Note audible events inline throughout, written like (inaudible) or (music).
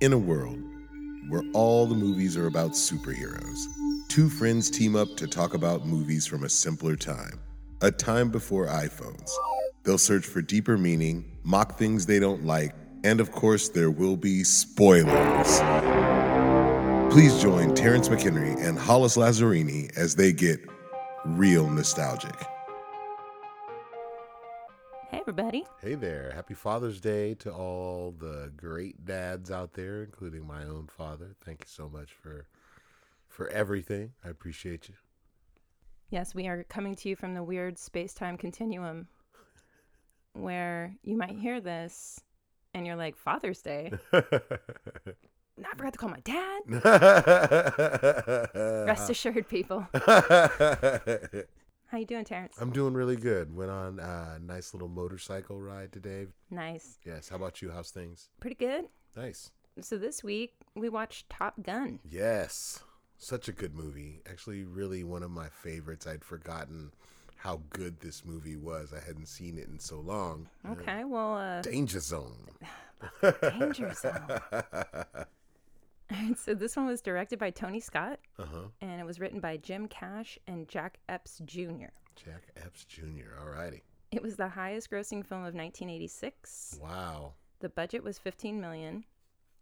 in a world where all the movies are about superheroes. Two friends team up to talk about movies from a simpler time, a time before iPhones. They'll search for deeper meaning, mock things they don't like, and of course, there will be spoilers. Please join Terrence McHenry and Hollis Lazzarini as they get real nostalgic. Hey, everybody. Hey there. Happy Father's Day to all the great dads out there, including my own father. Thank you so much for for everything. I appreciate you. Yes, we are coming to you from the weird space time continuum where you might hear this and you're like, Father's (laughs) Day? No, I forgot to call my dad. (laughs) Rest assured, people. How you doing, Terrence? I'm doing really good. Went on a nice little motorcycle ride today. Nice. Yes. How about you? How's things? Pretty good. Nice. So this week, we watched Top Gun. Yes. Such a good movie. Actually, really one of my favorites. I'd forgotten how good this movie was. I hadn't seen it in so long. Okay, well, (laughs) uh, Danger Zone. Danger Zone. (laughs) Alright, so this one was directed by Tony Scott, Uh huh. and it was written by Jim Cash and Jack Epps Jr. Jack Epps Jr. Alrighty. It was the highest-grossing film of 1986. Wow. The budget was 15 million.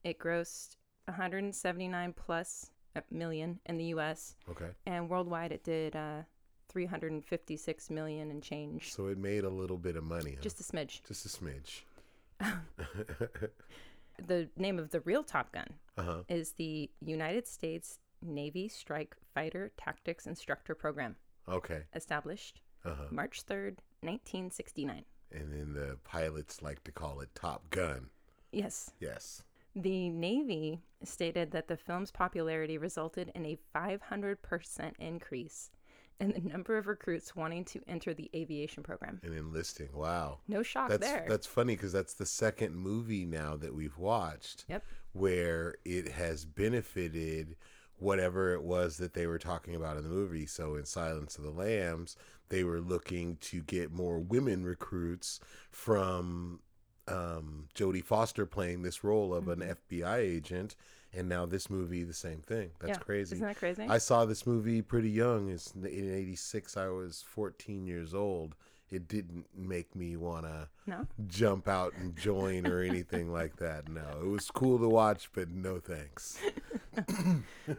It grossed 179 plus uh, million in the U.S. Okay. and worldwide it did uh, 356 million and change, So it made a little bit of money. Huh? just a smidge. Just a smidge. The name of the real Top Gun uh huh. is the United States Navy Strike Fighter Tactics Instructor Program, Okay. established Uh huh. March 3rd, 1969. And then the pilots like to call it Top Gun. Yes, Yes. the Navy stated that the film's popularity resulted in a 500% increase in the number of recruits wanting to enter the aviation program. And enlisting. Wow. No shock that's there. that's funny because that's the second movie now that we've watched Yep. where it has benefited whatever it was that they were talking about in the movie. So in Silence of the Lambs, they were looking to get more women recruits from um, Jodie Foster playing this role of Mm-hmm. an FBI agent, and now this movie, the same thing. That's Yeah. crazy. Isn't that crazy? I saw this movie pretty young. It's in '86. I was 14 years old. It didn't make me wanna (laughs) no? jump out and join or anything like that. No, it was cool to watch, but no thanks.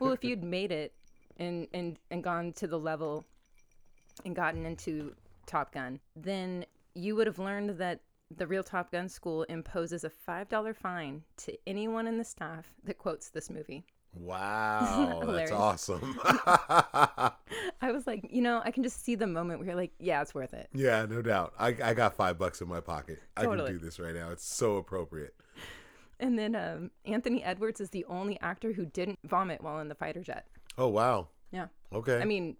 well, if you'd made it and and and gone to the level and gotten into Top Gun, then you would have learned that the real Top Gun school imposes a five dollar fine to anyone in the staff that quotes this movie. Wow, (laughs) that's Hilarious. awesome. (laughs) I was like, you know, I can just see the moment where you're like, yeah, it's worth it. yeah, no doubt. I, I got five bucks in my pocket. I Totally. can do this right now. It's so appropriate. And then um, Anthony Edwards is the only actor who didn't vomit while in the fighter jet. Oh wow. Yeah, Okay. I mean,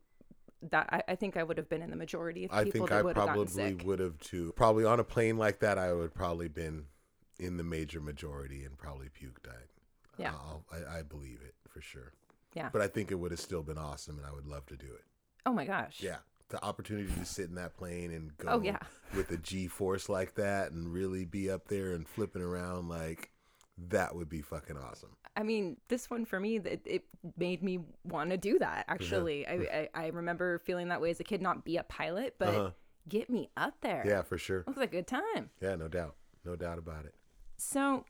that I, I think I would have been in the majority of Eh. I people think that I would have gotten probably sick. would have too. Probably on a plane like that, I would probably been in the major majority and probably puked. I, Yeah. I'll- I, I believe it for sure. Yeah. But I think it would have still been awesome, and I would love to do it. Oh my gosh. Yeah, the opportunity to sit in that plane and go Oh, yeah. with a G force like that, and really be up there and flipping around like that would be fucking awesome. I mean, this one for me, it, it made me want to do that. Mm-hmm. Actually, I, I I remember feeling that way as a kid, not be a pilot, but Uh-huh. get me up there. Yeah, for sure. it was a good time. Yeah, no doubt, no doubt about it. So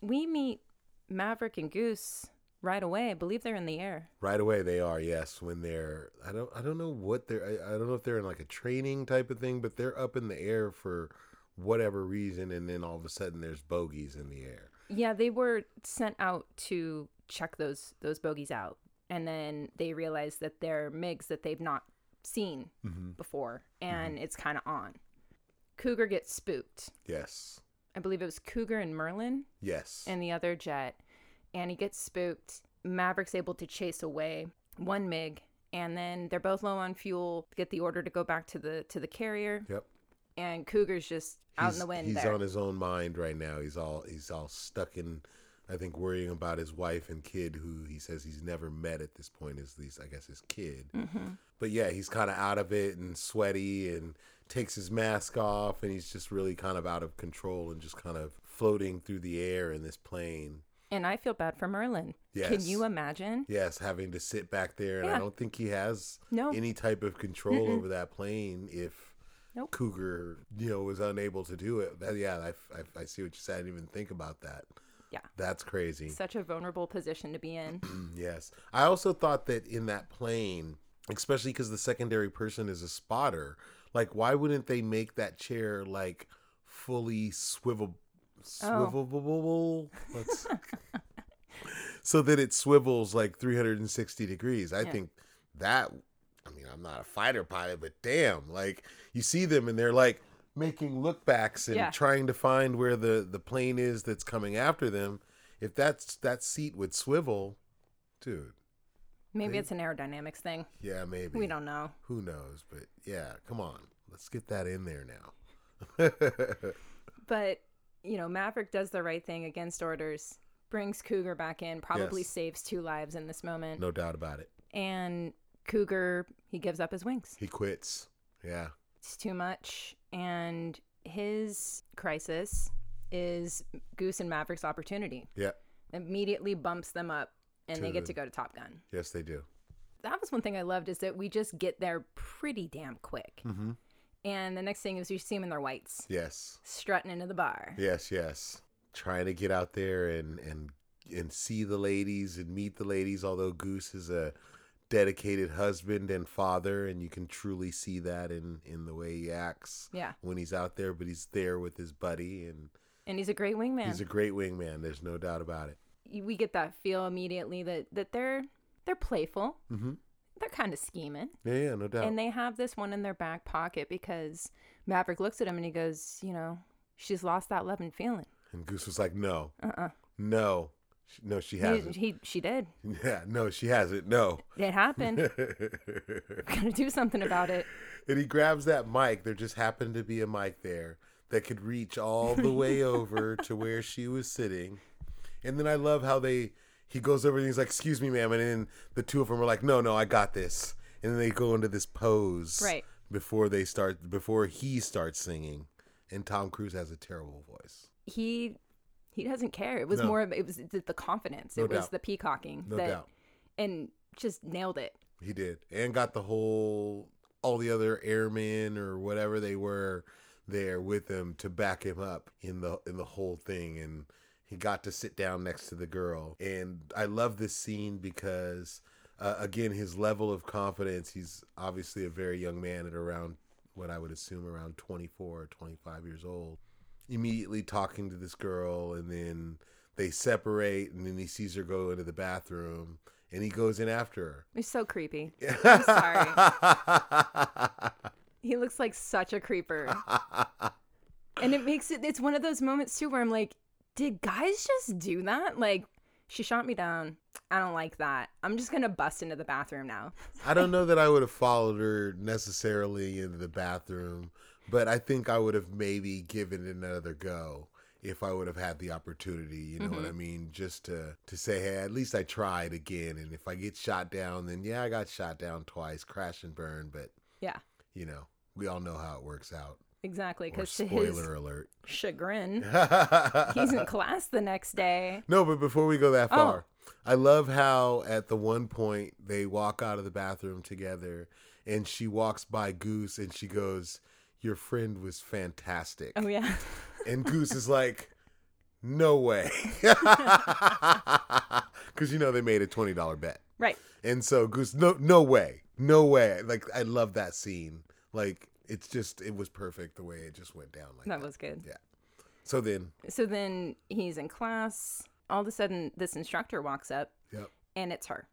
we meet Maverick and Goose right away. I believe they're in the air. Right away they are, yes. When they're I don't I don't know what they're I, I don't know if they're in like a training type of thing, but they're up in the air for whatever reason and then all of a sudden there's bogeys in the air. Yeah, they were sent out to check those those bogeys out, and then they realize that they're MIGs that they've not seen before, and Mm-hmm. it's kind of on. Cougar gets spooked. Yes. I believe it was Cougar and Merlin Yes. in the other jet and he gets spooked. Maverick's able to chase away one MiG and then they're both low on fuel, get the order to go back to the to the carrier yep. and Cougar's just out in the wind He's there. on his own mind right now. He's all he's all stuck in I think worrying about his wife and kid who he says he's never met at this point is these I guess his kid. Mm. Mm-hmm. But yeah, he's kind of out of it and sweaty and takes his mask off and he's just really kind of out of control and just kind of floating through the air in this plane. And I feel bad for Merlin. Can Yes. you imagine? Yes, having to sit back there, and I Yeah. don't think he has No. any type of control over that plane if Nope. Cougar, you know, was unable to do it. That- yeah, I, I, I see what you said. I didn't even think about that. Yeah. that's crazy. Mm, Such a vulnerable position to be (clears throat) in. yes, I also thought that in that plane, especially because the secondary person is a spotter, like why wouldn't they make that chair like fully swivel, Oh. (laughs) swivelable? Let's- (laughs) so that it swivels like 360 degrees. I Yeah. think that I mean, I'm not a fighter pilot, but damn, like you see them and they're like making look backs and Yeah. trying to find where the the plane is that's coming after them. If that's that seat would swivel, dude. Maybe it's an aerodynamics thing. Yeah, maybe. We don't know. Who knows, but yeah, come on. Let's get that in there now. (laughs) But, you know, Maverick does the right thing against orders, brings Cougar back in, probably Yes. saves two lives in this moment. no doubt about it. And Cougar, he gives up his wings. He quits. Yeah. It's too much. And his crisis is Goose and Maverick's opportunity. Yeah. Immediately bumps them up, and they To get the- to go to Top Gun. Yes, they do. that was one thing I loved is that we just get there pretty damn quick. Mhm. And the next thing is you see them in their whites, Yes. strutting into the bar. Yes, yes. Trying to get out there and and and see the ladies and meet the ladies. Although Goose is a dedicated husband and father, and you can truly see that in in the way he acts Yeah. when he's out there. But he's there with his buddy, and And he's a great wingman. he's a great wingman. There's no doubt about it. we get that feel immediately that, that they're they're playful. Mhm. They're kind of scheming. Yeah, yeah, no doubt. And they have this one in their back pocket because Maverick looks at him and he goes, you know, she's lost that love and feeling. and Goose was like, "No, Uh-uh. no, Sh- no, she He, hasn't. he, she did. (laughs) yeah, no, she hasn't. No." (laughs) It happened. We're going to do something about it. and he grabs that mic. There just happened to be a mic there that could reach all the way over to where she was sitting. And then I love how they he goes over and he's like, "Excuse me, ma'am," and then the two of them are like, "No, no, I got this." And then they go into this pose Right. before they start before he starts singing. And Tom Cruise has a terrible voice. He he doesn't care. It was No. more of it was the, the confidence. No it was doubt. the peacocking No that doubt, and just nailed it. he did, and got the whole all the other airmen or whatever they were there with him to back him up in the in the whole thing and he got to sit down next to the girl and i love this scene because uh, again his level of confidence he's obviously a very young man at around what i would assume around 24 or 25 years old immediately talking to this girl and then they separate and then he sees her go into the bathroom and he goes in after He's (laughs) so creepy. her I'm sorry. sorry He looks like such a (laughs) creeper. And it makes it it's one of those moments too where I'm like, did guys just do that? Like, she shot me down. I don't like that. I'm just gonna bust into the bathroom now. I don't know that I would have followed her necessarily into the bathroom, but I think I would have maybe given it another go if I would have had the opportunity. You know Mm-hmm. what I mean? Just to to say, hey, at least I tried again, and if I get shot down, then yeah, I got shot down twice, crash and burn. But Yeah, you know, we all know how it works out. exactly. Or Because to his spoiler alert. (laughs) chagrin, he's in class the next day. No, but before we go that Oh. far, I love how at the one point they walk out of the bathroom together and she walks by Goose and she goes, Your friend was fantastic. Oh yeah. (laughs) And Goose is like, No way. (laughs) Because, you know, they made a $20 bet. right. And so Goose, no, no way. No way. Like, I love that scene. Like, it's just, it was perfect the way it just went down. Like, That that. was good. yeah. So then, So then he's in class. All of a sudden this instructor walks up yep. and it's her.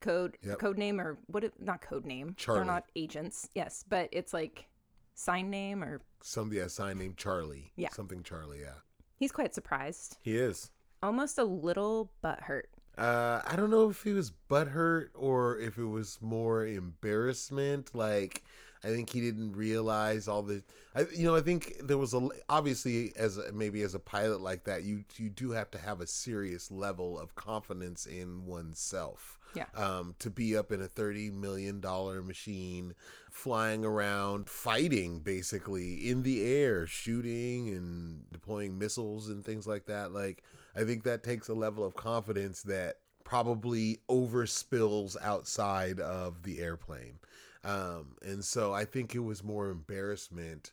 Code Yep. code name or what it, not code name. Charlie. They're not agents. Yes, but it's like sign name or some yeah sign named Charlie. Yeah. something Charlie. Yeah, he's quite surprised. he is. Almost a little butthurt. Uh, I don't know if he was butthurt or if it was more embarrassment. Like, I think he didn't realize all the. I, you know, I think there was a obviously as a, maybe as a pilot like that, you you do have to have a serious level of confidence in oneself. Yeah. Um, to be up in a thirty million dollar machine, flying around, fighting basically in the air, shooting and deploying missiles and things like that. Like, I think that takes a level of confidence that probably overspills outside of the airplane. Um, and so I think it was more embarrassment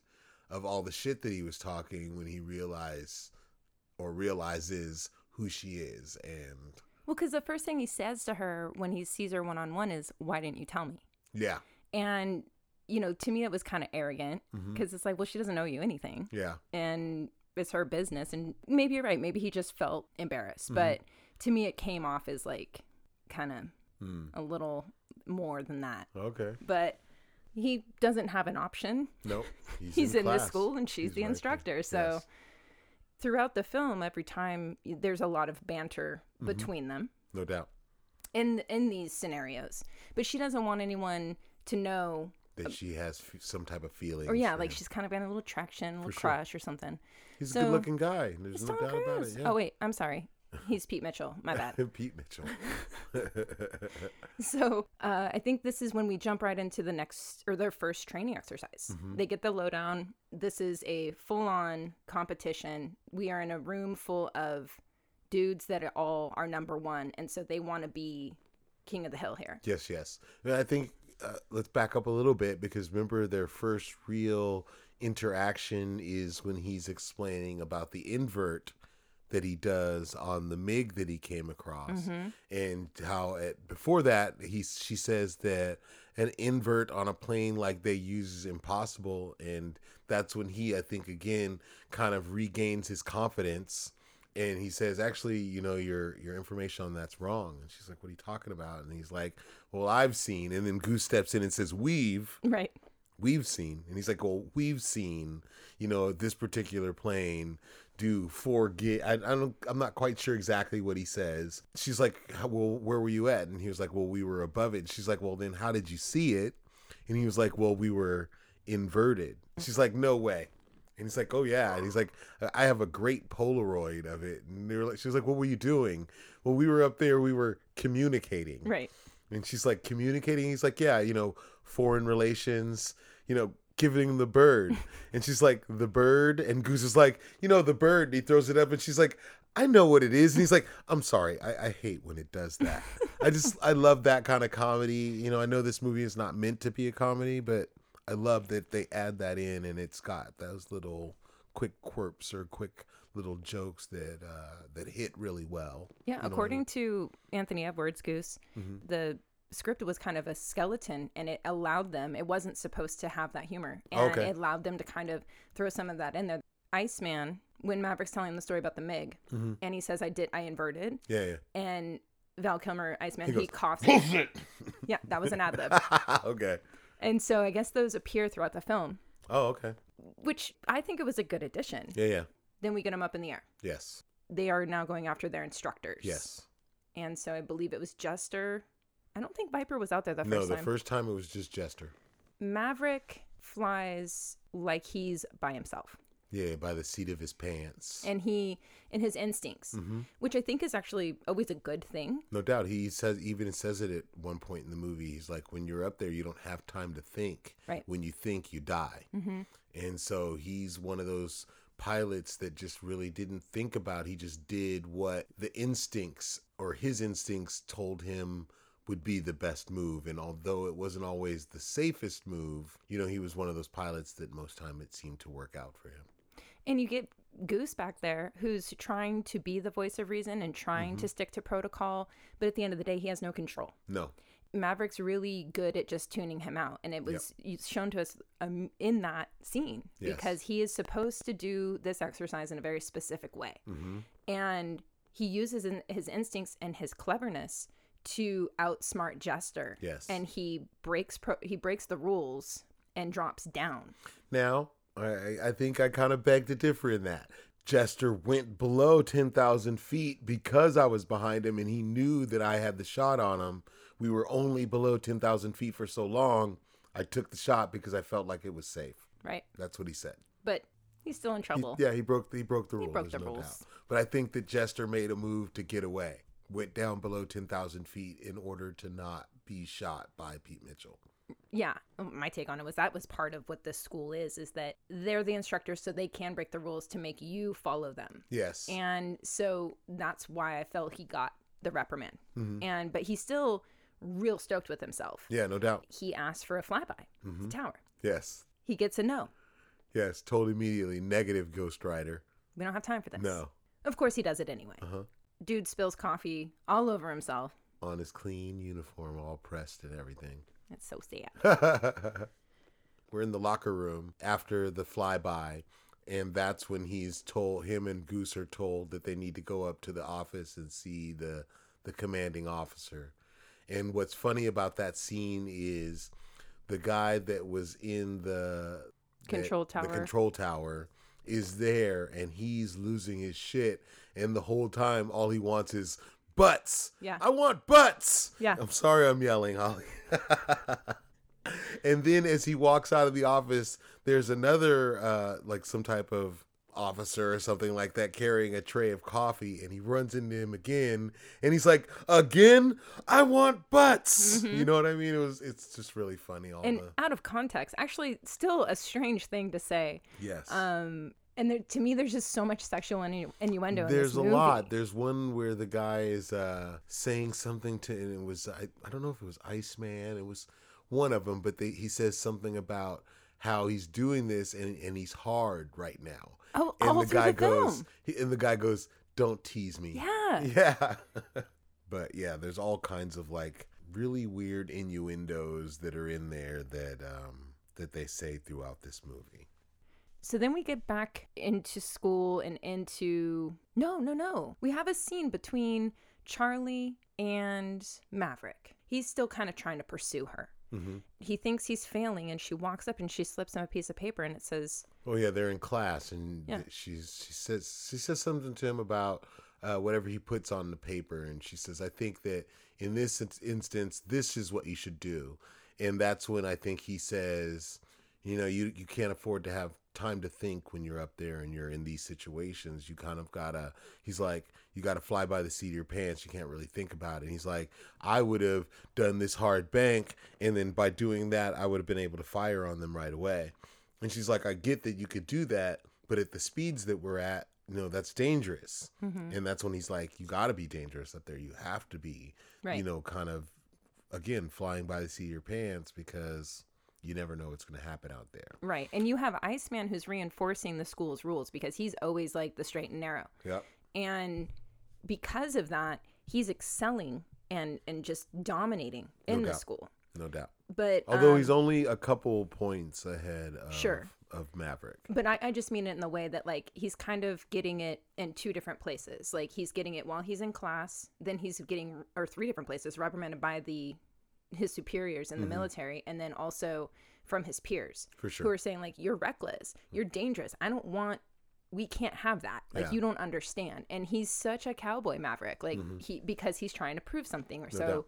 of all the shit that he was talking when he realized or realizes who she is. And Well, because the first thing he says to her when he sees her one on one is, Why didn't you tell me? yeah, And, you know, to me, that was kind of arrogant Mhm. because it's like, Well, she doesn't owe you anything. yeah, And it's her business. And maybe you're right. Maybe he just felt embarrassed. But to me, it came off as like kind of Hmm. a little more than that. okay, But he doesn't have an option. nope. he's in, the class. school and she's He's the right there. instructor. So Yes. throughout the film, every time y- there's a lot of banter Mm-hmm. between them no doubt in in these scenarios. But she doesn't want anyone to know, that she has f- some type of feeling. or Um, Oh, yeah, like she's kind of got a little attraction, a little sure. crush or something. he's so- a good-looking guy. There's It's no Tom doubt about Cruise. it. Yeah. Oh wait, I'm sorry. He's Pete Mitchell. (laughs) My bad. Pete Mitchell. (laughs) So uh, I think this is when we jump right into the next or their first training exercise. They get the lowdown. This is a full on competition. We are in a room full of dudes that are all are number one, and so they want to be king of the hill here. Yes, yes. And I think uh, let's back up a little bit because remember their first real interaction is when he's explaining about the invert that he does on the MIG that he came across and how at, before that he she says that an invert on a plane like they use is impossible and that's when he I think again kind of regains his confidence and he says actually you know your your information on that's wrong and she's like what are you talking about and he's like well i've seen and then goose steps in and says we've Right. we've seen and he's like well we've seen you know this particular plane do four gig I, I don't i'm not quite sure exactly what he says she's like "How- well where were you at and he was like well we were above it and she's like well then how did you see it and he was like well we were inverted she's like no way and he's like, "Oh yeah," and he's like, "I- "I have a great Polaroid of it." And they were like, "She was like, what were you doing?" Well, we were up there, we were communicating, Right. and she's like communicating. He's like, yeah, you know, foreign relations, you know, giving him the bird. And she's like, the bird. And Goose is like, you know, the bird. And he throws it up and she's like, I know what it is. And he's like, I'm sorry. I, I hate when it does that. I just, I love that kind of comedy. You know, I know this movie is not meant to be a comedy, but I love that they add that in and it's got those little quick quirps or quick little jokes that uh that hit really well Yeah. According to Anthony Edwards Goose, Mm-hmm. the script was kind of a skeleton and it allowed them it wasn't supposed to have that humor and Oh, Okay. it allowed them to kind of throw some of that in there iceman when maverick's telling the story about the mig Mm-hmm. and he says i did i inverted yeah yeah and val kilmer iceman he, goes, coughs (laughs) yeah that was an ad (laughs) lib okay and so i guess those appear throughout the film oh okay which i think it was a good addition yeah yeah then we get them up in the air Yes. they are now going after their instructors Yes. and so i believe it was jester i don't think viper was out there the first no, the time first time it was just Jester. Maverick flies like he's by himself Yeah, by the seat of his pants. and he and his instincts, Mm-hmm. which I think is actually always a good thing. no doubt. He says even says it at one point in the movie. He's like, when you're up there, you don't have time to think. Right. Mm-hmm. When you think, you die. And so he's one of those pilots that just really didn't think about. He just did what the instincts or his instincts told him would be the best move. And although it wasn't always the safest move, you know, he was one of those pilots that most time it seemed to work out for him. And you get Goose back there who's trying to be the voice of reason and trying Mm-hmm. to stick to protocol, but at the end of the day, he has no control. No. Maverick's really good at just tuning him out, and it was shown to us um, in that scene Yes. because he is supposed to do this exercise in a very specific way, Mm-hmm. and he uses in, his instincts and his cleverness to outsmart Jester. Yes. and he breaks pro- he breaks the rules and drops down. Now, I, I think I kind of beg to differ in that. Jester went below 10,000 feet because I was behind him and he knew that I had the shot on him. We were only below 10,000 feet for so long. I took the shot because I felt like it was safe. Right, That's what he said. but he's still in He- trouble. yeah, he broke he broke the rules. broke there's the no rules. doubt. But I think that Jester made a move to get away. Went down below 10,000 feet in order to not be shot by Pete Mitchell. yeah Oh, my take on it was that was part of what this school is is that they're the instructors so they can break the rules to make you follow them Yes. and so that's why i felt he got the reprimand Mhm. and but he's still real stoked with himself yeah, no doubt. he asked for a flyby Mhm. the tower Yes. he gets a no Yes. Told immediately. Negative Ghost Rider. we don't have time for this No. of course he does it anyway Uh huh. dude spills coffee all over himself On his clean uniform, all pressed and everything. (laughs) it's so sad We're in the locker room after the flyby, and that's when he's told him and Goose are told that they need to go up to the office and see the the commanding officer. And what's funny about that scene is the guy that was in the Control the- The tower. control tower is there and he's losing his shit and the whole time all he wants is butts. Yeah. I want butts. Yeah. I'm sorry I'm yelling, Holly. (laughs) and then as he walks out of the office, there's another uh like some type of officer or something like that carrying a tray of coffee and he runs into him again and he's like, Again? I want butts. You know what I mean? It was it's just really funny all Mm-hmm. and the out of context actually still a strange thing to say Yes. um and there, to me there's just so much sexual innu- innuendo in There's this a movie. lot. There's one where the guy is uh, saying something to, and it was I, I don't know if it was Iceman. It was one of them, but they, he says something about how he's doing this and, and he's hard right now. oh And all the through guy the film goes, he, and the guy goes, "Don't tease me." yeah (laughs) Yeah. but yeah, there's all kinds of like really weird innuendos that are in there that um, that they say throughout this movie. So then we get back into school and into no, no, no. We have a scene between Charlie and Maverick. He's still kind of trying to pursue her. Mhm. He thinks he's failing, and she walks up and she slips him a piece of paper, and it says, Oh yeah, they're in class, and Yeah. th- she's she says she says something to him about uh, whatever he puts on the paper, and she says, "I think that in this in- instance, this is what you should do," and that's when I think he says, "You know, you you can't afford to have time to think when you're up there and you're in these situations. You kind of gotta." He's like, "You gotta fly by the seat of your pants. You can't really think about it." And he's like, "I would have done this hard bank, and then by doing that, I would have been able to fire on them right away." And she's like, I get that you could do that, but at the speeds that we're at, you know, that's dangerous. And that's when he's like, you got to be dangerous up there. You have to be, you Right. know, kind of, again, flying by the seat of your pants because you never know what's going to happen out there. Right. And you have Iceman who's reinforcing the school's rules because he's always like the straight and narrow. Yep. And because of that, he's excelling and, and just dominating in the doubt. school. No doubt. But Although um, he's only a couple points ahead of, Sure. of Maverick. But I, I just mean it in the way that like he's kind of getting it in two different places. Like he's getting it while he's in class, then he's getting or three different places reprimanded by the his superiors in the military, and then also from his peers Mm-hmm. For who sure. are saying like you're reckless, you're dangerous. I don't want. We can't have that. Like Yeah. you don't understand. And he's such a cowboy maverick. Like he because he's trying to prove something or so. Mm-hmm. doubt.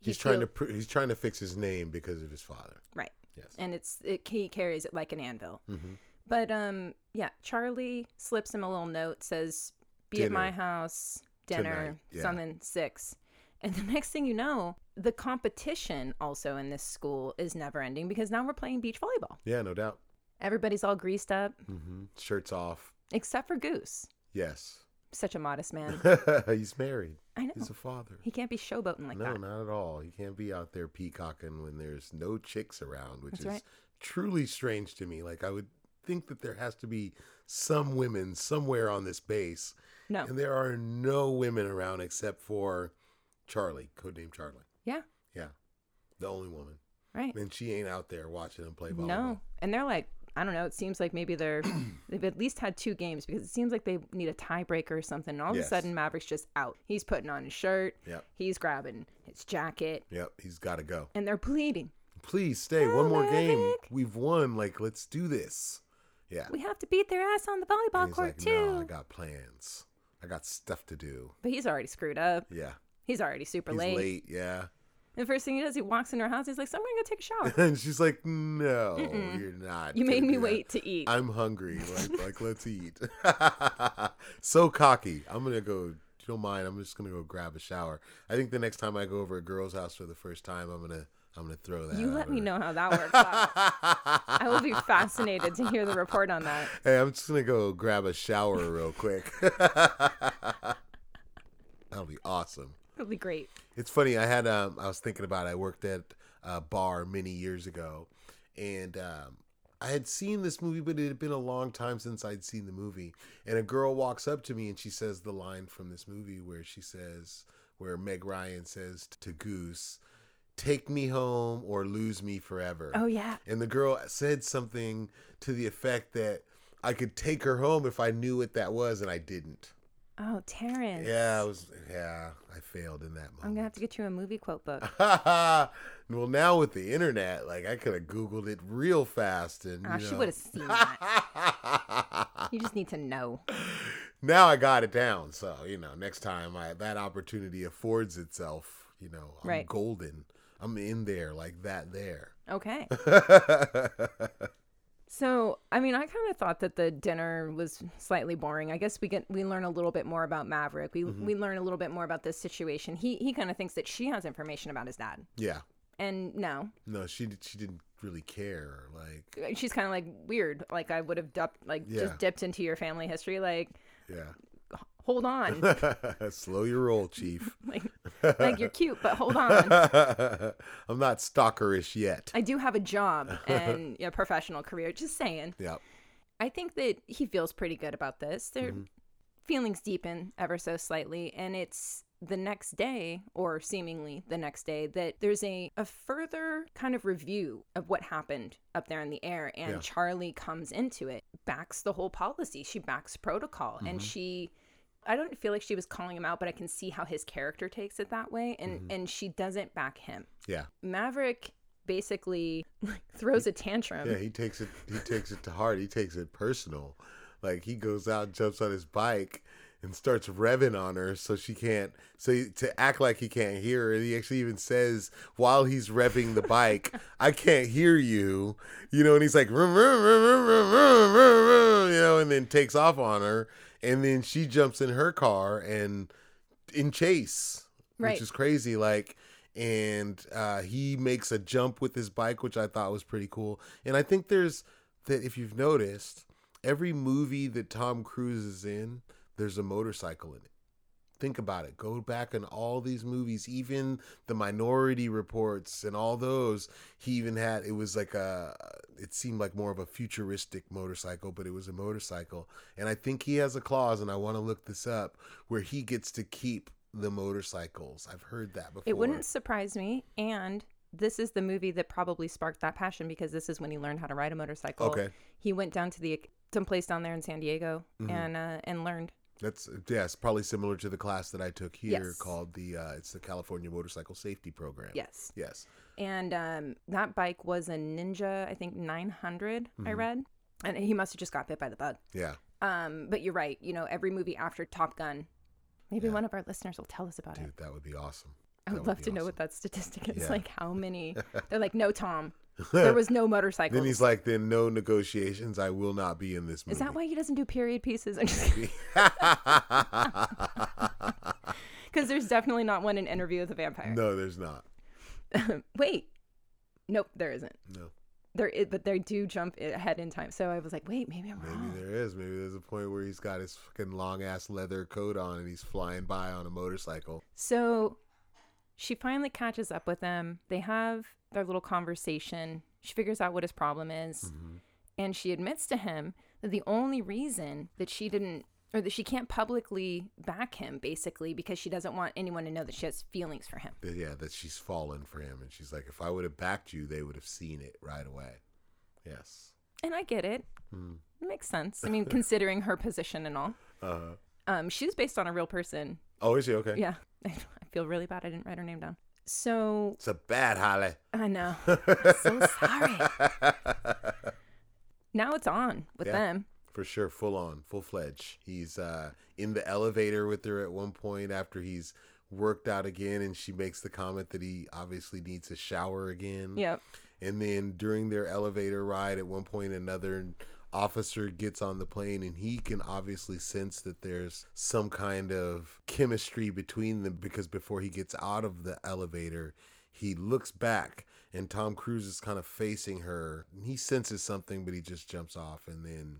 he He's trying feel- to pr- he's trying to fix his name because of his father. Right. Yes. And it's it he carries it like an anvil. Mm-hmm. But um yeah, Charlie slips him a little note says be at my Dinner. house dinner Tonight, yeah. something 6. And the (laughs) next thing you know, the competition also in this school is never ending because now we're playing beach volleyball. Yeah, no doubt. Everybody's all greased up hmm Shirts off. except for Goose. Yes. Such a (laughs) modest man. he's married. I know. He's a father. He can't be showboating like no, that. not at all. You can't be out there peacocking when there's no chicks around, which That's is right. truly strange to me. Like I would think that there has to be some women somewhere on this base, No. and there are no women around except for Charlie, codename Charlie. Yeah. Yeah, the only woman, Right. and she ain't out there watching him play volleyball. No. And they're like, I don't know. It seems like (clears throat) maybe they're they've at least had two games because it seems like they need a tiebreaker or something. And all of Yes. a sudden, Maverick's just out. He's putting on his shirt. Yep. He's grabbing his jacket, Yep, he's got to go. and they're pleading. Please stay one more game. Maverick. We've won. Like let's do this. Yeah. We have to beat their ass on the volleyball And he's court like, too. no, I got plans. I got stuff to do. but he's already screwed up. Yeah. He's already super He's late. late. yeah. (laughs) And the first thing he does, he walks into her house. He's like, "So I'm gonna go take a shower. And she's like, "No, you're not. You gonna made me do that. wait to eat." I'm hungry. Like, like let's eat." (laughs) so cocky. I'm gonna go. If you don't mind, I'm just gonna go grab a shower. I think the next time I go over a girl's house for the first time, I'm gonna I'm gonna throw that. You out let me there. know how that works out. I will be fascinated to hear the report on that. (laughs) Hey, I'm just gonna go grab a shower real quick. (laughs) That'll be awesome. It'll be great. It's funny. I had um, I was thinking about. It. I worked at a bar many years ago, and um, I had seen this movie, but it had been a long time since I'd seen the movie. And a girl walks up to me and she says the line from this movie where she says, where Meg Ryan says to Goose, "Take me home or lose me forever." Oh yeah. And the girl said something to the effect that I could take her home if I knew what that was, and I didn't. Oh, Terrence. Yeah, I was. Yeah, I failed in that moment. I'm gonna have to get you a movie quote book. (laughs) well, now with the internet, like I could have Googled it real fast, and you Ah, she know. would have seen that. You just need to know. (laughs) now I got it down, so you know, next time I, that opportunity affords itself, you know, I'm Right. golden. I'm in there like that. There. (laughs) Okay. So, I mean, I kind of thought that the dinner was slightly boring. I guess we get we learn a little bit more about Maverick. We we learn a little bit more about this situation. He he kind of thinks that she has information about his dad, yeah. and no, No, she did- she didn't really care. Like, she's kind of like weird. Like I would have dupped, like Yeah. just dipped into your family history. Like, (laughs) hold on, yeah. (laughs) Slow your roll, chief. (laughs) like like you're cute, but hold on. I'm not stalkerish yet. I do have a job and a professional career. Just saying. Yep. I think that he feels pretty good about this. Their Mm-hmm. feelings deepen ever so slightly, and it's the next day, or seemingly the next day, that there's a, a further kind of review of what happened up there in the air. And Yeah. Charlie comes into it, backs the whole policy. She backs protocol, Mm-hmm. and she. I don't feel like she was calling him out, but I can see how his character takes it that way, and and she doesn't back him. Mm-hmm. Yeah. Maverick basically like, throws a tantrum. Yeah, he takes it. He takes it to heart. He takes it personal. Like he goes out, jumps on his bike, and starts revving on her, so she can't. So he- to act like he can't hear her, and he actually even says while he's revving the bike, "I can't hear you," you know. And he's like, "Vroom, vroom, vroom, vroom, vroom, vroom, vroom, vroom," you know, and then takes off on her, and then she jumps in her car and in chase, Right. which is crazy. Like, and uh, he makes a jump with his bike, which I thought was pretty cool. And I think there's that if you've noticed, every movie that Tom Cruise is in, there's a motorcycle in it. Think about it. Go back in all these movies, even the Minority Reports and all those. He even had it was like a. It seemed like more of a futuristic motorcycle, but it was a motorcycle. And I think he has a clause, and I want to look this up, where he gets to keep the motorcycles. I've heard that before. It wouldn't surprise me. And this is the movie that probably sparked that passion because this is when he learned how to ride a motorcycle. Okay. Mm-hmm. He went down to the some place down there in San Diego and uh, and learned. That's yes, probably similar to the class that I took here Yes. called the uh, it's the California Motorcycle Safety Program. Yes. Yes. And um, that bike was a Ninja, I think 900. I Mm-hmm. read, and he must have just got bit by the bug. Yeah. Um, but you're right. You know, every movie after Top Gun. Maybe one of our listeners will tell us about it. Dude, that would be awesome. I that would would love be to know what that statistic is. Yeah. Like how many? (laughs) They're like, no, Tom, there was no motorcycle. Then he's like, then no negotiations. I will not be in this movie. (laughs) Is that why he doesn't do period pieces? (laughs) I'm just Because there's definitely not one in Interview with a Vampire. no, there's not. (laughs) Wait, nope, there isn't. No. There is, but they do jump i- ahead in time. So I was like, wait, maybe I'm wrong. Maybe there is. Maybe there's a point where he's got his fucking long ass leather coat on and he's flying by on a motorcycle. So she finally catches up with him. They have their little conversation. She figures out what his problem is, and she admits to him that the only reason that she didn't. Or that she can't publicly back him, basically, because she doesn't want anyone to know that she has feelings for him. But yeah, that she's fallen for him and she's like, if I would have backed you, they would have seen it right away. Yes. And I get it. Hmm. It makes sense. I mean, (laughs) considering her position and all. Uh Um, she was based on a real person. Oh, is she okay? Yeah. (laughs) I feel really bad I didn't write her name down. So It's a bad Holly. I know. (laughs) I'm so sorry. Now it's on with Yeah. them. for sure full on full fledged he's uh in the elevator with her at one point after he's worked out again and she makes the comment that he obviously needs a shower again Yep. and then during their elevator ride at one point another officer gets on the plane and he can obviously sense that there's some kind of chemistry between them because before he gets out of the elevator He looks back, and Tom Cruise is kind of facing her. He senses something, but he just jumps off, and then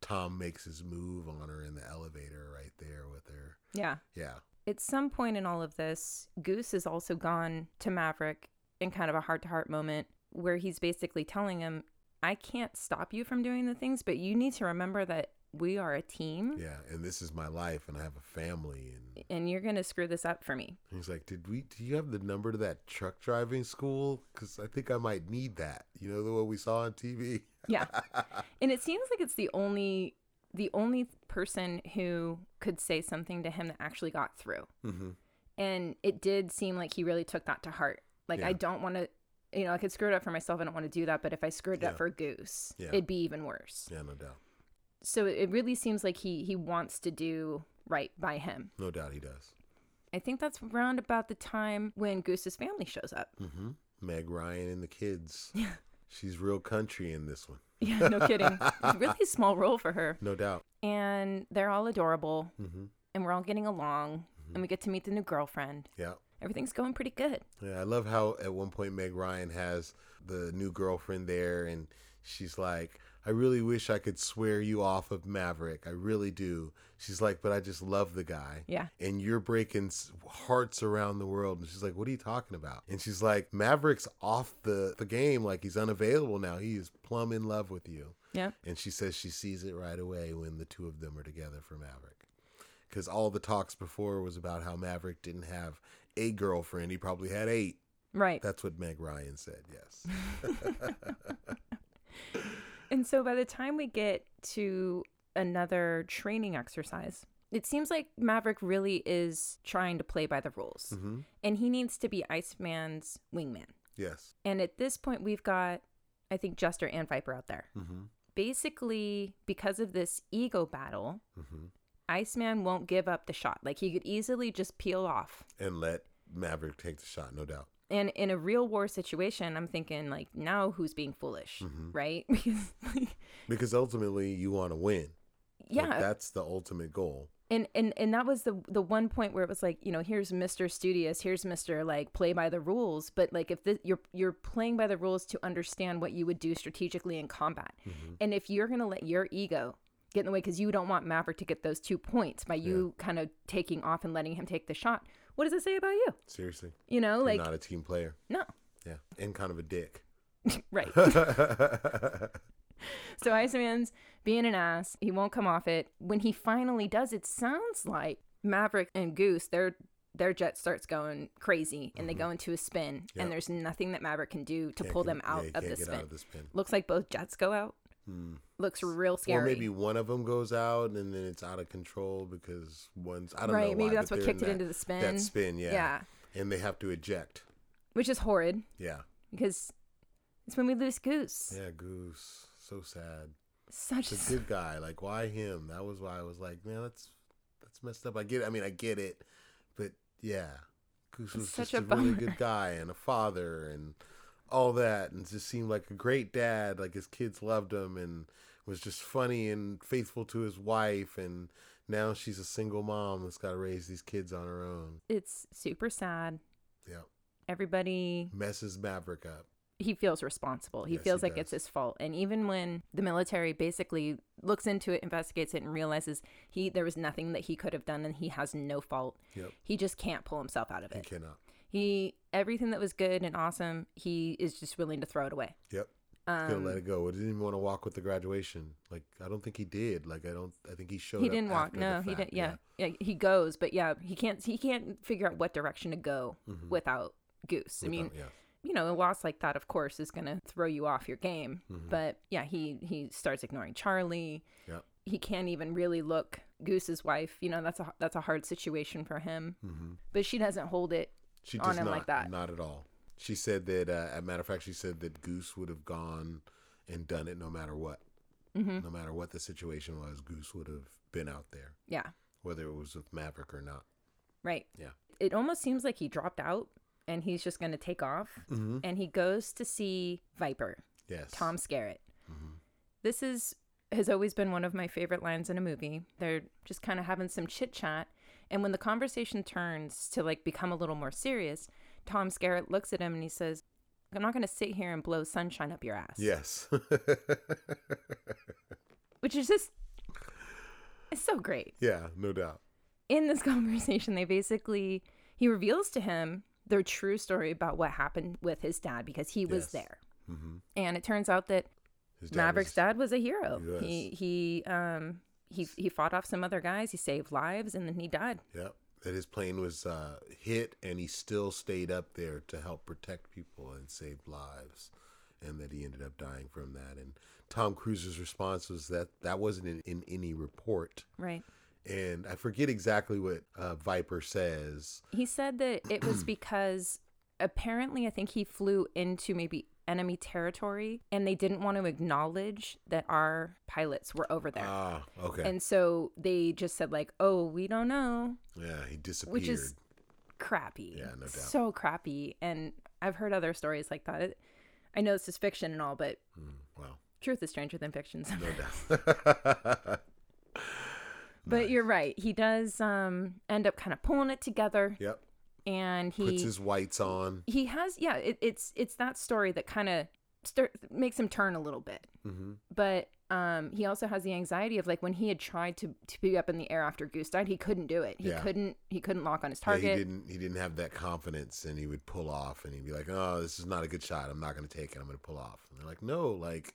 Tom makes his move on her in the elevator right there with her. Yeah. Yeah. At some point in all of this, Goose is also gone to Maverick in kind of a heart to heart moment where he's basically telling him, I can't stop you from doing the things, but you need to remember that we are a team Yeah. And this is my life, and I have a family. And and you're going to screw this up for me. he's like, Did we, do you have the number to that truck driving school? Because I think I might need that. You know, the one we saw on TV? (laughs) Yeah. and it seems like it's the only the only person who could say something to him that actually got through. mm-hmm. And it did seem like he really took that to heart. Like I Yeah. don't want to you know, I could screw it up for myself. I don't want to do that. But if I screwed it Yeah. up for Goose, Yeah. it'd be even worse. Yeah, no doubt. So it it really seems like he he wants to do right by him. No doubt he does. I think that's around about the time when Goose's family shows up. (laughs) Mm-hmm. Meg Ryan and the kids. Yeah. She's real country in this one. Yeah, no kidding. It's a really small role for her. No doubt. And they're all adorable Mm-hmm. and we're all getting along and we get to meet the new girlfriend. Yeah. Everything's going pretty good. Yeah, I love how at one point Meg Ryan has the new girlfriend there, and she's like, I really wish I could swear you off of Maverick. I really do. She's like, but I just love the guy. Yeah. And you're breaking s- hearts around the world. And she's like, what are you talking about? And she's like, Maverick's off the, the game. Like, he's unavailable now. He is plumb in love with you. Yeah. And she says she sees it right away when the two of them are together for Maverick. Because all the talks before was about how Maverick didn't have a girlfriend. He probably had eight. Right. That's what Meg Ryan said, yes. And so by the time we get to another training exercise, it seems like Maverick really is trying to play by the rules. hmm And he needs to be Iceman's wingman. Yes. And at this point, we've got, I think, Jester and Viper out there. Mm-hmm. Basically, because of this ego battle, hmm Iceman won't give up the shot. Like, he could easily just peel off. And let Maverick take the shot, no doubt. And in a real war situation, I'm thinking, like, now who's being foolish, Mhm. right? (laughs) Because, like, Because ultimately, you want to win. yeah. Like, that's the ultimate goal. and and and that was the the one point where it was like you know here's mr studious here's mr like play by the rules but like if this, you're you're playing by the rules to understand what you would do strategically in combat and if you're gonna let your ego get in the way because you don't want maverick to get those two points by you kind of taking off and letting him take the shot what does it say about you Seriously. you know You're like not a team player. no Yeah. And kind of a dick. (laughs) right so iceman's being an ass he won't come off it when he finally does it sounds like maverick and goose their their jet starts going crazy and they go into a spin Yeah. and there's nothing that maverick can do Mm-hmm. to Can't pull get- them yeah, out you of the can't get spin out of this spin. looks like both jets go out Hmm. looks real Or scary maybe one of them goes out and then it's out of control because one's I don't know. right why, maybe that's but what they're kicked it in into the that- spin That spin, yeah. yeah And they have to eject. which is horrid Yeah. because it's when we lose goose Yeah, Goose. So sad. such It's a good guy. Like why him? That was why I was like, man, that's that's messed up. I get it. I mean, I get it. But yeah. Goose was Such just a, a really bummer. (laughs) good guy and a father and all that and just seemed like a great dad. Like his kids loved him and was just funny and faithful to his wife and now she's a single mom that's got to raise these kids on her own. it's super sad Yeah. everybody Messes Maverick up. he feels responsible. He Yes, he feels like does. it's his fault. And even when the military basically looks into it, investigates it, and realizes he there was nothing that he could have done and he has no fault. Yep. He just can't pull himself out of He it. cannot. He everything that was good and awesome, he is just willing to throw it away. Yep. He's Um, gonna let it go. I didn't even want to walk with the graduation. Like I don't think he did. Like I don't. I think he showed. he up didn't walk. after the No, he fact. didn't. Yeah. yeah, He goes, but yeah, he can't. He can't figure out what direction to go Mhm. without Goose. I mean, Without- yeah. you know, a loss like that, of course, is going to throw you off your game. Mhm. But yeah, he he starts ignoring Charlie. Yep. He can't even really look Goose's wife. You know, that's a that's a hard situation for him. Mhm. But she doesn't hold it. She on does him not. like that. Not at all. She said that. Uh, as a matter of fact, she said that Goose would have gone and done it no matter what. Mm-hmm. No matter what the situation was, Goose would have been out there, Yeah, whether it was with Maverick or not. right. Yeah. It almost seems like he dropped out and he's just going to take off. Mm-hmm. And he goes to see Viper, Yes. Tom Skerritt. Mhm. This is has always been one of my favorite lines in a movie. They're just kind of having some chit chat, and when the conversation turns to like become a little more serious, Tom Skerritt looks at him and he says, I'm not going to sit here and blow sunshine up your ass. Yes. (laughs) Which is just, it's so great. yeah, no doubt. In this (laughs) conversation, they basically, he reveals to him their true story about what happened with his dad because he was Yes. there. Mm-hmm. And it turns out that His Maverick's was- dad was a hero. He was. He, he, um, he, he fought off some other guys, he saved lives, and then he died. Yep. That his plane was uh, hit and he still stayed up there to help protect people and save lives. And that he ended up dying from that. And Tom Cruise's response was that that wasn't in, in any report. Right. And I forget exactly what uh, Viper says. He said that (clears throat) it was because apparently I think he flew into maybe enemy territory and they didn't want to acknowledge that our pilots were over there. Ah, okay. And so they just said like, "Oh, we don't know," yeah, he disappeared. which is crappy. Yeah, no doubt. So crappy. And I've heard other stories like that. It- I know this is fiction and all, but Hmm, wow. truth is stranger than fiction. No doubt. (laughs) But you're right. He does um, end up kind of pulling it together, yep. and he Puts his whites on. he has yeah it, it's it's that story that kind of stir- makes him turn a little bit Mm-hmm. but um he also has the anxiety of like when he had tried to to be up in the air after goose died he couldn't do it he Yeah. couldn't he couldn't lock on his Yeah, target he didn't. He didn't have that confidence, and he would pull off, and he'd be like, "Oh, this is not a good shot. I'm not going to take it. I'm going to pull off." And they're like, "No, like,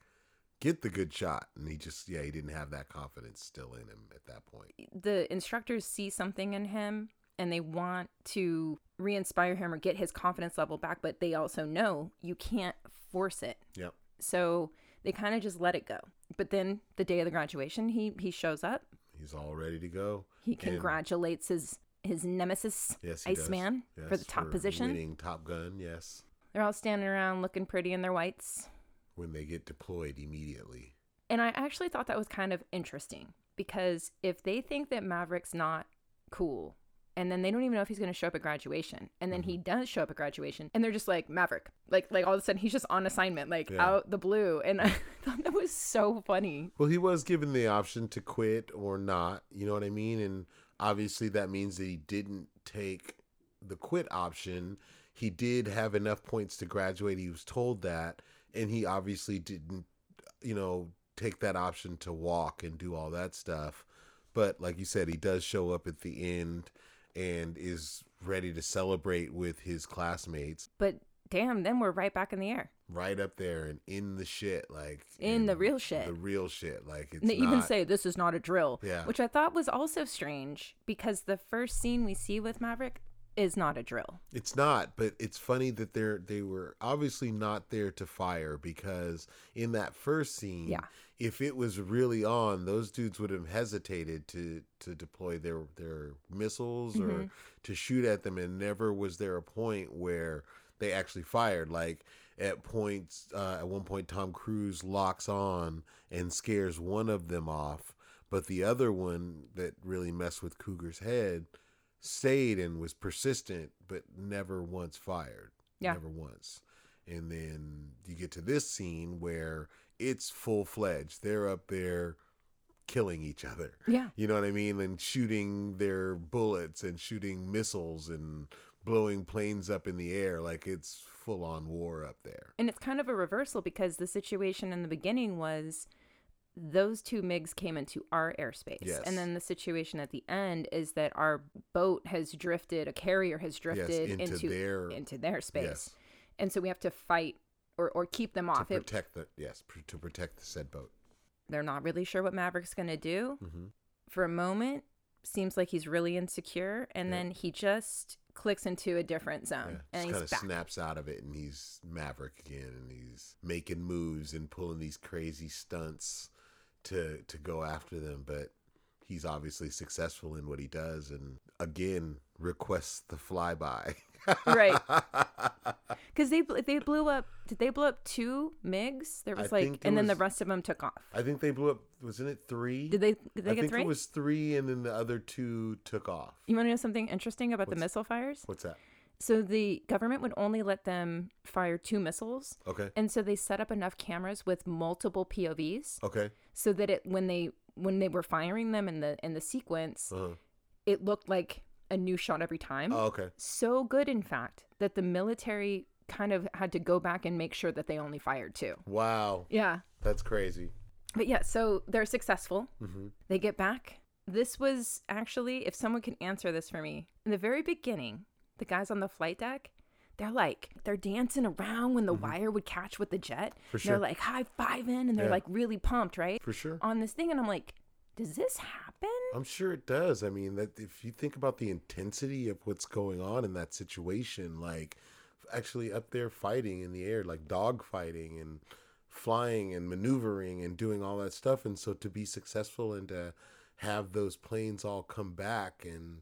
get the good shot." And he just, yeah, he didn't have that confidence still in him at that point. the instructors see something in him and they want to re-inspire him or get his confidence level back but they also know you can't force it Yep. so they kind of just let it go but then the day of the graduation he he shows up He's all ready to go. he And- congratulates his his nemesis Yes, he does. Iceman for Yes, the top position. winning Top Gun. Yes, They're all standing around looking pretty in their whites. when they get deployed immediately. And I actually thought that was kind of interesting because if they think that Maverick's not cool and then they don't even know if he's going to show up at graduation and then he Mm-hmm. does show up at graduation and they're just like Maverick like like all of a sudden he's just on assignment like Yeah. out the blue and (laughs) I thought that was so funny. Well, he was given the option to quit or not. You know what I mean? And obviously, that means that he didn't take the quit option. He did have enough points to graduate. He was told that. And he obviously didn't, you know, take that option to walk and do all that stuff. But like you said, he does show up at the end and is ready to celebrate with his classmates But damn, then we're right back in the air. right up there and in the shit like In the and real shit. the real shit like it's And they even not- say this is not a drill, Yeah. which I thought was also strange because the first scene we see with Maverick is not a drill. It's not, but it's funny that they're they were obviously not there to fire because in that first scene, Yeah. if it was really on, those dudes would have hesitated to to deploy their their missiles or to shoot at them, and never was there a point where they actually fired. Like at points, uh, at one point, Tom Cruise locks on and scares one of them off, but the other one that really messed with Cougar's head stayed and was persistent, but never once fired. Yeah. Never once. And then you get to this scene where it's full fledged. They're up there killing each other. (laughs) Yeah. You know what I mean? And shooting their bullets and shooting missiles and blowing planes up in the air. Like it's full on war up there. And it's kind of a reversal because the situation in the beginning was those two MiGs came into our airspace. Yes. And then the situation at the end is that our boat has drifted, a carrier has drifted into into, into their- their space. Yes. And so we have to fight or, or keep them off. To It, protect the yes, pr- to protect the said boat. they're not really sure what Maverick's going to do. Mm-hmm. For a moment, seems like he's really insecure. And Yeah. then he just clicks into a different zone. Yeah, and just kind he's of back. snaps out of it, and he's Maverick again, and he's making moves and pulling these crazy stunts to to go after them. But he's obviously successful in what he does, and again requests the flyby. (laughs) Right. Because they bl- they blew up. Did they blow up two MIGs? There I was like, think it and then the was- rest of them took off. I think they blew up. Wasn't it three? Did they? Did they I get think three? it was three, and then the other two took off. You want to know something interesting about the missile fires? What's that? So the government would only let them fire two missiles, Okay. and so they set up enough cameras with multiple POVs Okay. so that it when they when they were firing them in the in the sequence, Uh-huh. it looked like a new shot every time. Oh, okay. So good, in fact, that the military kind of had to go back and make sure that they only fired two. Wow. Yeah. That's crazy. But yeah, so they're successful. Mhm. They get back. This was actually, if someone can answer this for me, in the very beginning, the guys on the flight deck, they're like, they're dancing around when the wire would catch with the jet. Mm-hmm. For And sure. They're like high fiving and they're Yeah. like really pumped, right? For sure. On this thing. And I'm like, does this happen? I'm sure it does. I mean, that if you think about the intensity of what's going on in that situation, like actually up there fighting in the air, like dog fighting and flying and maneuvering and doing all that stuff, and so to be successful and to have those planes all come back and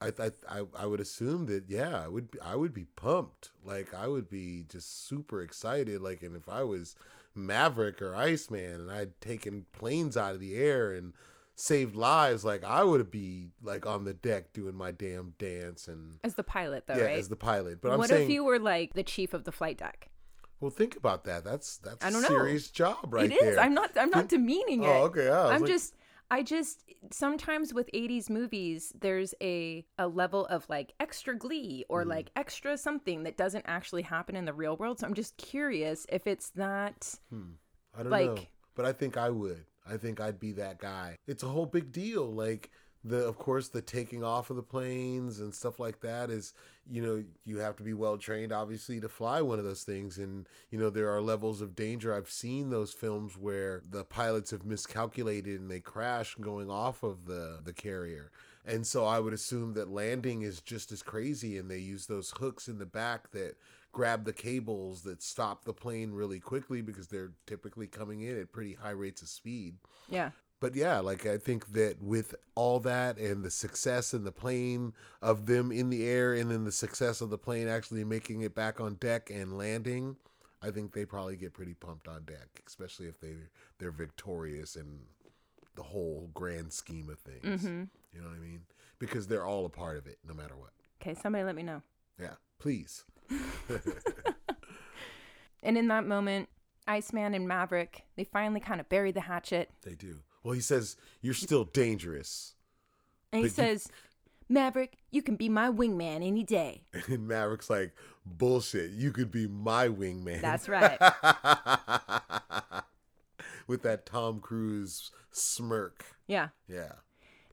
I, th- I I I would assume that yeah I would be, I would be pumped like I would be just super excited like and if I was Maverick or Iceman and I'd taken planes out of the air and saved lives like I would be like on the deck doing my damn dance and As the pilot, though, yeah right? as the pilot but I'm what saying if you were like the chief of the flight deck? well think about that that's that's I a don't know. serious job right it is. there I'm not. I'm not demeaning it. (laughs) Oh, okay, yeah, I was I'm like- just. I just sometimes with 80s movies, there's a a level of like extra glee Mm. or like extra something that doesn't actually happen in the real world. So I'm just curious if it's that. I don't Like- know, but I think I would. I think I'd be that guy. It's a whole big deal. Like the, of course, the taking off of the planes and stuff like that is, you know, you have to be well trained, obviously, to fly one of those things. And you know, there are levels of danger. I've seen those films where the pilots have miscalculated and they crash going off of the the carrier. And so I would assume that landing is just as crazy, and they use those hooks in the back that grab the cables that stop the plane really quickly because they're typically coming in at pretty high rates of speed. Yeah. But yeah, like I think that with all that and the success and the plane of them in the air and then the success of the plane actually making it back on deck and landing, I think they probably get pretty pumped on deck, especially if they they're victorious in the whole grand scheme of things. You know what I mean? Because they're all a part of it no matter what. Okay. Somebody let me know. Yeah. Please. And in that moment, Iceman and Maverick, they finally kind of bury the hatchet, They do. Well, he says you're still dangerous, But and he you- says, "Maverick, you can be my wingman any day." (laughs) and Maverick's like, "Bullshit! You could be my wingman." (laughs) That's right. With that Tom Cruise smirk. Yeah. Yeah.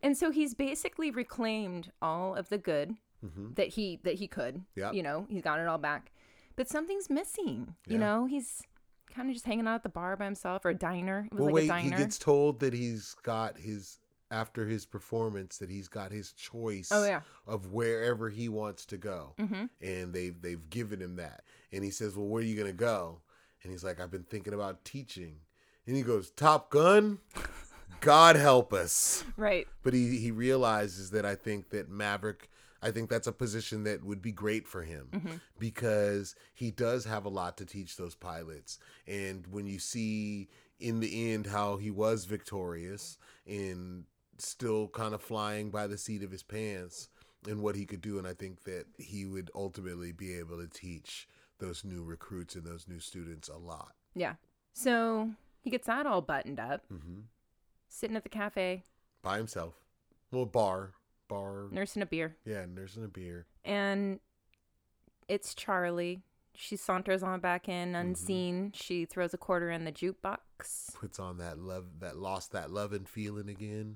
And so he's basically reclaimed all of the good Mm-hmm. that he that he could. Yep. You know, he's got it all back. But something's missing. Yeah. You know, he's kind of just hanging out at the bar by himself or a diner. It was Well, like wait. a He diner. gets told that he's got his after his performance that he's got his choice. Oh, yeah. Mm-hmm. Of wherever he wants to go, and they've they've given him that, and he says, "Well, where are you gonna go?" And he's like, "I've been thinking about teaching," and he goes, "Top (laughs) Gun." God help us. (laughs) right. but he he realizes that I think that Maverick I think that's a position that would be great for him because he does have a lot to teach those pilots and when you see in the end how he was victorious and still kind of flying by the seat of his pants and what he could do and I think that he would ultimately be able to teach those new recruits and those new students a lot. Yeah. So he gets that all buttoned up, Mm-hmm. sitting at the cafe, By himself. Well, bar, bar. nursing a beer. Yeah, nursing a beer. And it's Charlie. She saunters on back Mm-hmm. in unseen. She throws a quarter in the jukebox. puts on that love that lost that love and feeling again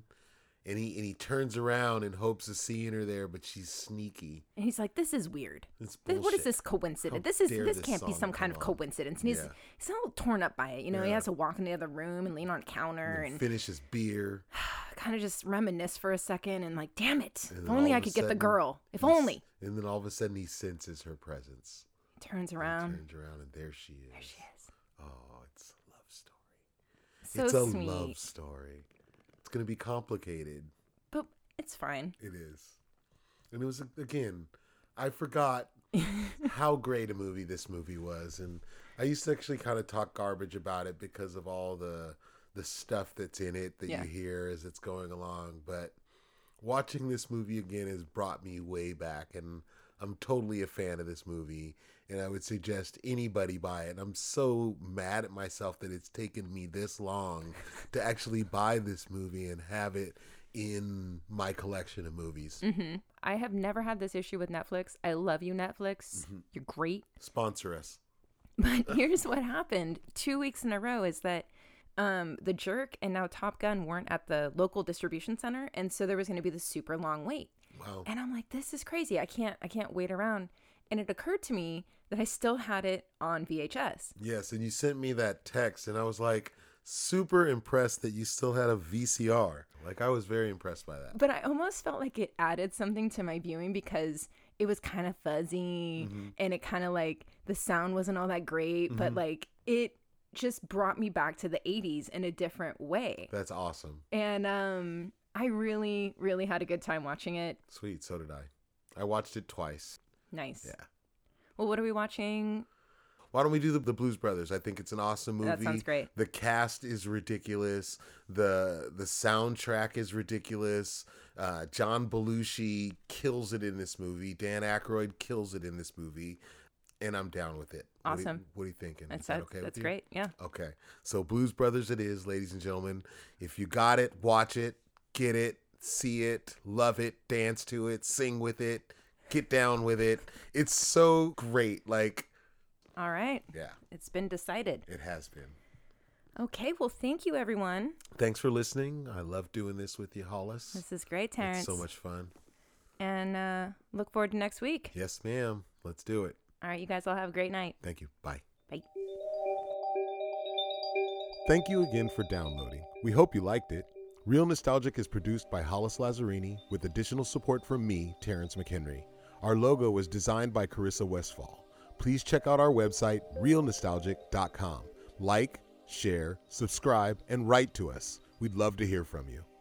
and he and he turns around in hopes of seeing her there but she's sneaky And he's like, This is weird. it's Th- bullshit. what is this coincidence? How this is dare this this can't be song some come kind of on. coincidence. And he's Yeah. he's all torn up by it. You know, he Yeah. has to walk in the other room and lean on a and counter then and (sighs) finish his beer kind of just reminisce for a second and like, damn it! and If then only all I of a could get the sudden, girl. If he s- only. and then all of a sudden he senses her presence He turns He around. turns around and there she is There she is. oh it's a love story So it's a sweet. love story it's gonna be complicated But it's fine. it is and it was again i forgot how great a movie this movie was and i used to actually kind of talk garbage about it because of all the the stuff that's in it that Yeah. you hear as it's going along but watching this movie again has brought me way back and i'm totally a fan of this movie and i would suggest anybody buy it i'm so mad at myself that it's taken me this long to actually buy this movie and have it in my collection of movies. hmm I have never had this issue with Netflix. I love you, Netflix. Mm-hmm. You're great. (laughs) Sponsor us. But here's what happened two weeks in a row is that um, The Jerk and now Top Gun weren't at the local distribution center. And so there was going to be this super long wait. Wow. And I'm like, this is crazy. I can't, I can't wait around. And it occurred to me that I still had it on VHS. Yes, and you sent me that text, and I was like super impressed that you still had a VCR. Like I was very impressed by that. But I almost felt like it added something to my viewing because it was kind of fuzzy Mm-hmm. and it kind of like the sound wasn't all that great, but like it just brought me back to the 80s in a different way. That's awesome. And um I really really had a good time watching it. Sweet. So did I. I watched it twice. Nice. Yeah. Well, what are we watching? Why don't we do the, the Blues Brothers? I think it's an awesome movie. That sounds great. The cast is ridiculous. the The soundtrack is ridiculous. Uh, John Belushi kills it in this movie. Dan Aykroyd kills it in this movie, and I'm down with it. What are you- Awesome. What are you, thinking? That's Is that that's, okay with that's you? great. Yeah. Okay. So Blues Brothers it is, ladies and gentlemen. If you got it, watch it, get it, see it, love it, dance to it, sing with it, get down with it. It's so great. Like, All right. yeah, It's been decided. it has been. Okay, well, thank you everyone. Thanks for listening. I love doing this with you, Hollis. This is great, Terrence. It's so much fun. And uh look forward to next week. Yes, ma'am. Let's do it. All right, you guys all have a great night. Thank you. Bye. Bye. Thank you again for downloading. We hope you liked it. Real Nostalgic is produced by Hollis Lazzarini with additional support from me, Terrence McHenry. Our logo was designed by Carissa Westfall. Please check out our website, realnostalgic.com. Like, share, subscribe, and write to us. We'd love to hear from you.